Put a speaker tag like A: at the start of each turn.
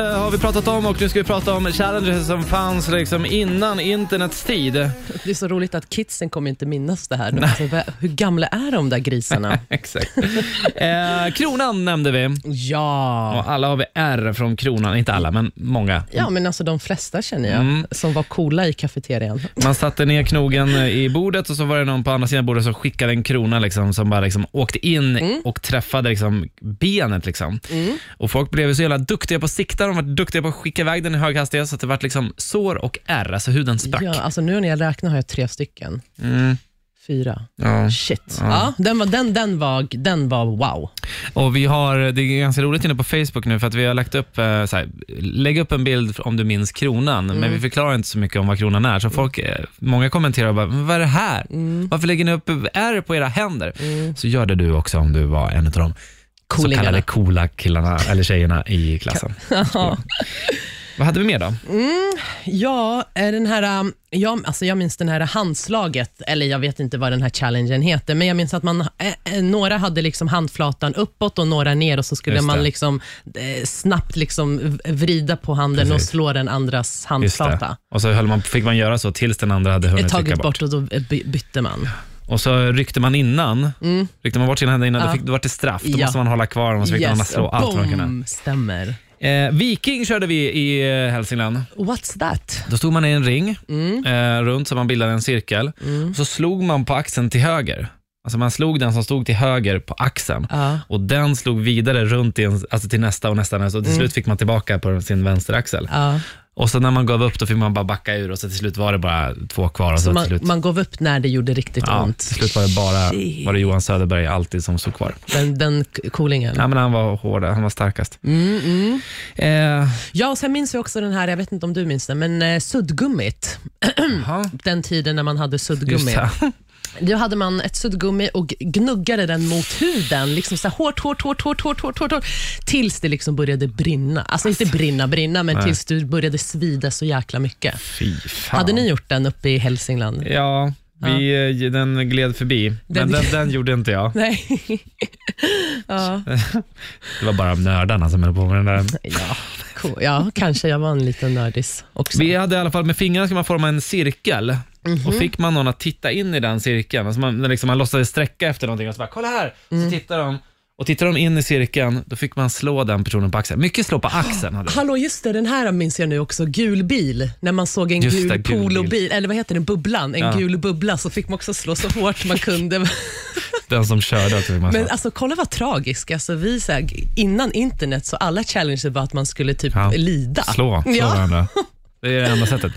A: Eh, vi pratat om och nu ska vi prata om challenges som fanns liksom innan internets tid.
B: Det är så roligt att kidsen kommer inte minnas det här. nu. Alltså, vad- hur gamla är de där grisarna?
A: Exakt. Eh, kronan nämnde vi.
B: ja.
A: Och alla har vi R från kronan, inte alla men många.
B: ja, men alltså de flesta känner jag,
A: Mm.
B: som var coola i kafeterian.
A: Man satte ner knogen i bordet och så var det någon på andra sidan bordet som skickade en krona liksom, som bara liksom åkte in och träffade liksom benet. Liksom. Och folk blev ju så jävla duktiga på att sikta, de var duktiga på att skicka iväg den i hög hastighet så att det vart liksom sår och ärr, alltså huden sprack.
B: Ja, alltså nu när jag räknar har jag tre stycken.
A: Mm.
B: Fyra.
A: Ja.
B: Shit. Ja. den, var, den, den, var, den var wow.
A: Och vi har, det är ganska roligt inne på Facebook nu för att vi har lagt upp, eh, så här, lägg upp en bild om du minns kronan,
B: Mm.
A: men vi förklarar inte så mycket om vad kronan är. Så folk, eh, många kommenterar bara, "Men vad är det här?
B: Mm.
A: Varför lägger ni upp R på era händer? Så gör det du också om du var en av de så
B: Coolingarna.
A: kallade coola killarna eller tjejerna i klassen. Skolan. vad hade vi mer då?
B: Mm, Ja, eh, den här, um, ja, alltså jag minns den här handslaget, eller jag vet inte vad den här challengen heter, men jag minns att man, eh, eh, några hade liksom handflatan uppåt och några ner och så skulle
A: Just det.
B: man liksom, eh, snabbt liksom v- vrida på handen
A: Precis.
B: och slå den andras
A: Just det.
B: handflata.
A: Och så höll man, fick man göra så tills den andra hade hunnit trycka
B: Tagit
A: bort.
B: bort och då eh, by- bytte man.
A: Och så ryckte man innan, ryckte man bort sina händer innan, då,
B: Mm. Ja.
A: fick, då var det straff. Då
B: Ja.
A: måste man hålla kvar dem och så fick den andra slå allt vad de kunde.
B: boom, stämmer.
A: Eh, Viking körde vi i eh, Hälsingland.
B: What's that?
A: Då stod man i en ring
B: Mm.
A: eh, runt så man bildade en cirkel. Och så slog man på axeln till höger. Alltså man slog den som stod till höger på axeln.
B: Ja.
A: Och den slog vidare runt i en, alltså till nästa och nästa. nästa. Och till slut fick man tillbaka på sin vänsteraxel.
B: Mm. Ja.
A: Och så när man gav upp då fick man bara backa ur och så till slut var det bara två kvar. Och så
B: Så
A: till
B: man,
A: slut,
B: man gav upp när det gjorde riktigt
A: ja,
B: ont.
A: till slut var det bara
B: Shit.
A: var det Johan Söderberg alltid som stod kvar.
B: Den, den coolingen.
A: Ja, men han var hård, han var starkast.
B: Mm, mm.
A: Eh,
B: Ja, och sen minns vi också den här, jag vet inte om du minns den, men eh, suddgummit. Hmm.
A: jaha,
B: Den tiden när man hade
A: just
B: suddgummi.
A: det.
B: Då hade man ett suddgummi och gnuggade den mot huden. Liksom så här hårt, hårt, hårt, hårt, hårt, hårt, hårt, hårt. Tills det liksom började brinna. Alltså inte brinna, brinna, men tills du började svida så jäkla mycket.
A: Fy fan.
B: Hade ni gjort den uppe i Hälsingland?
A: Ja, vi, eh, den gled förbi. men den,
B: gled-
A: den gjorde inte jag.
B: Nej. ja.
A: Det var bara nördarna som höll på med den där.
B: Ja, cool. ja, kanske jag var en liten nördis också.
A: Vi hade i alla fall med fingrarna ska man forma en cirkel. Och fick man någon att titta in i den cirkeln, alltså man, när liksom man låtsades sträcka efter någonting och så bara kolla här, så tittar de. Och tittar de in i cirkeln, då fick man slå den personen på axeln. Mycket slå på axeln hade vi.
B: Hallå, just det, den här minns jag nu också. Gul bil. När man såg en
A: Just
B: gul,
A: det, gul bil.
B: polobil, eller vad heter den, bubblan, en
A: Ja.
B: gul bubbla, så fick man också slå så hårt man kunde.
A: Den som körde också fick man slå.
B: Men alltså, kolla vad tragiskt. Alltså, vi, så här, innan internet så alla challenges var att man skulle typ
A: Ja.
B: lida.
A: Slå, slå
B: Ja.
A: varandra. Det är det enda sättet.